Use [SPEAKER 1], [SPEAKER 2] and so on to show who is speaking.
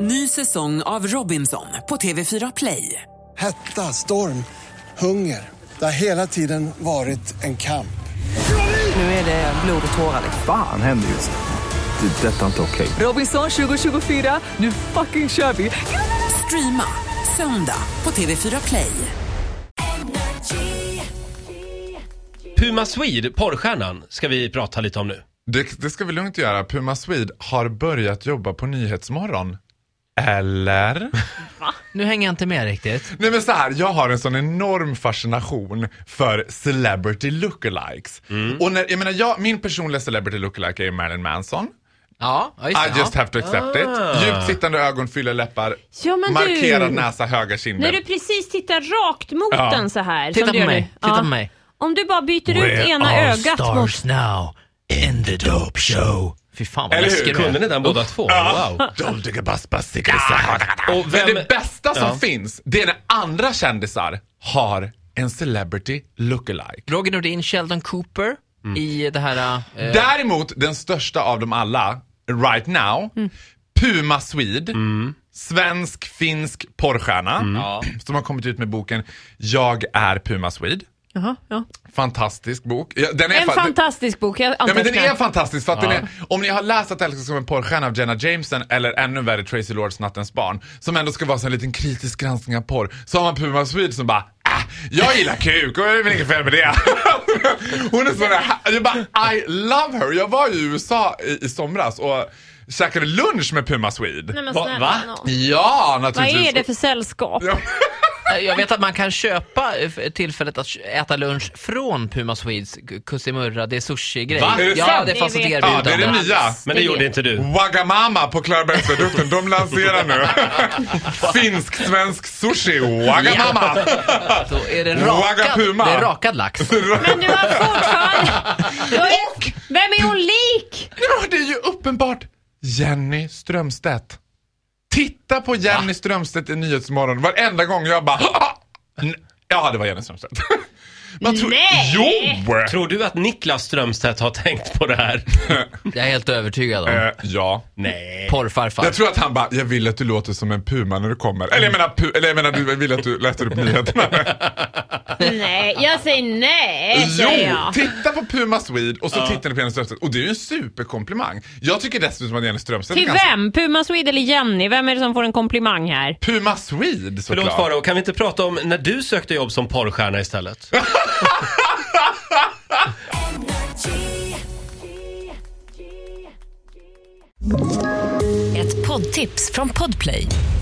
[SPEAKER 1] Ny säsong av Robinson på TV4 Play.
[SPEAKER 2] Hetta, storm, hunger. Det har hela tiden varit en kamp.
[SPEAKER 1] Nu är det blod och tårar.
[SPEAKER 3] Fan händer just nu. Det. är Detta är inte okej.
[SPEAKER 1] Robinson 2024, nu fucking kör vi! Streama söndag på TV4 Play.
[SPEAKER 4] Puma Swede, porrstjärnan, ska vi prata lite om nu.
[SPEAKER 5] Det, det ska vi lugnt göra. Puma Swede har börjat jobba på Nyhetsmorgon. Eller?
[SPEAKER 6] Nu hänger jag inte med riktigt.
[SPEAKER 5] Nej men så här, jag har en sån enorm fascination för celebrity lookalikes. Och när, jag menar, jag, min personliga celebrity lookalike är ju Marilyn Manson.
[SPEAKER 6] Ja, ja, just det.
[SPEAKER 5] I just have to accept it. Djupt sittande ögon, fylla läppar,
[SPEAKER 7] Ja, men du.
[SPEAKER 5] markerad näsa, höga
[SPEAKER 7] När
[SPEAKER 5] kinder.
[SPEAKER 7] du precis tittar rakt mot
[SPEAKER 5] Ja.
[SPEAKER 7] den så här.
[SPEAKER 6] Titta
[SPEAKER 7] som du
[SPEAKER 6] på
[SPEAKER 7] gör
[SPEAKER 6] mig,
[SPEAKER 7] nu.
[SPEAKER 6] titta på mig.
[SPEAKER 7] Om du bara byter ut
[SPEAKER 6] We're
[SPEAKER 7] ena
[SPEAKER 6] all
[SPEAKER 7] ögat mot...
[SPEAKER 6] stars now in the dope show. Fy fan vad
[SPEAKER 5] Eller hur?
[SPEAKER 6] läskig du
[SPEAKER 5] Kunde
[SPEAKER 4] Kunde
[SPEAKER 6] är.
[SPEAKER 4] ni den båda två? Wow.
[SPEAKER 5] Don't digga bus, bus, digga så.
[SPEAKER 4] Och
[SPEAKER 5] Men
[SPEAKER 4] vem-
[SPEAKER 5] det bästa som
[SPEAKER 4] Ja.
[SPEAKER 5] finns, det är när andra kändisar har en celebrity lookalike.
[SPEAKER 6] Roger Nordin, Sheldon Cooper
[SPEAKER 5] Mm.
[SPEAKER 6] i det här... Eh,
[SPEAKER 5] Däremot den största av dem alla, right now,
[SPEAKER 7] Mm.
[SPEAKER 5] Puma Swede, svensk-finsk porrstjärna,
[SPEAKER 7] Mm.
[SPEAKER 5] som har kommit ut med boken Jag är Puma Swede.
[SPEAKER 7] Jaha, ja.
[SPEAKER 5] Fantastisk bok. Ja, den är
[SPEAKER 7] En
[SPEAKER 5] fa- den-
[SPEAKER 7] fantastisk bok. Jag
[SPEAKER 5] Ja, men den
[SPEAKER 7] antecknar.
[SPEAKER 5] är fantastisk för att den är, om ni har läst att älska som en porrstjärna av Jenna Jameson eller ännu värre Tracy Lords Nattens barn, som ändå ska vara så en liten kritisk granskning av porr, så har man Puma Swede som bara "Ah, jag gillar kuk och det är väl inget fel med det. Hon är sån där, jag bara I love her. Jag var i USA i, i somras och käkade lunch med Puma Swede.
[SPEAKER 7] Nej, men
[SPEAKER 4] Va-
[SPEAKER 7] snälla,
[SPEAKER 4] va?
[SPEAKER 7] nå.
[SPEAKER 5] Ja,
[SPEAKER 7] Vad
[SPEAKER 5] naturligtvis.
[SPEAKER 7] är det för sällskap?
[SPEAKER 5] Ja.
[SPEAKER 6] eh, jag vet att man kan köpa eh, f- tillfället att k- äta lunch från Puma Swedes k- Kusimurra, det är sushi-grej.
[SPEAKER 5] Va? Är det
[SPEAKER 6] Ja,
[SPEAKER 5] sant?
[SPEAKER 6] det fanns ett
[SPEAKER 7] Det vet
[SPEAKER 5] Ja, det
[SPEAKER 6] erbjudande.
[SPEAKER 5] är det nya.
[SPEAKER 4] Men det gjorde inte du.
[SPEAKER 5] Wagamama på Klarabergsviadukten, de lanserar nu. Finsk-svensk sushi, Wagamama.
[SPEAKER 6] Så är det rakad,
[SPEAKER 5] Wagapuma.
[SPEAKER 6] det är rakad lax.
[SPEAKER 7] Men du har fortfarande... Du har ju... Vem är hon lik?
[SPEAKER 5] Ja, det är ju uppenbart Jenny Strömstedt. Titta på Jenny Strömstedt i Nyhetsmorgon varenda gång jag bara "Ah!" N- Ja, det var Jenny Strömstedt. Man tror,
[SPEAKER 7] Nej.
[SPEAKER 5] Jo! Eh,
[SPEAKER 4] Tror du att Niklas Strömstedt har tänkt på det här?
[SPEAKER 6] Jag är helt övertygad om.
[SPEAKER 5] Eh, ja.
[SPEAKER 4] Nej.
[SPEAKER 6] Porrfarfar.
[SPEAKER 5] Jag tror att han bara, jag vill att du låter som en puma när du kommer. Eller jag menar, pu- eller jag menar du jag vill att du läser upp nyheterna.
[SPEAKER 7] Nej, jag säger nej, säger
[SPEAKER 5] Jo,
[SPEAKER 7] jag.
[SPEAKER 5] titta på Puma Swede och så tittar ni på Jenny Strömstedt. Och det är ju en superkomplimang. Jag tycker dessutom att Jenny Strömstedt är
[SPEAKER 7] Till
[SPEAKER 5] ganska-
[SPEAKER 7] vem? Puma Swede eller Jenny? Vem är det som får en komplimang här?
[SPEAKER 5] Puma Swede
[SPEAKER 4] Förlåt
[SPEAKER 5] såklart.
[SPEAKER 4] Farao, kan vi inte prata om när du sökte jobb som porrstjärna istället?
[SPEAKER 8] Ett poddtips från Podplay.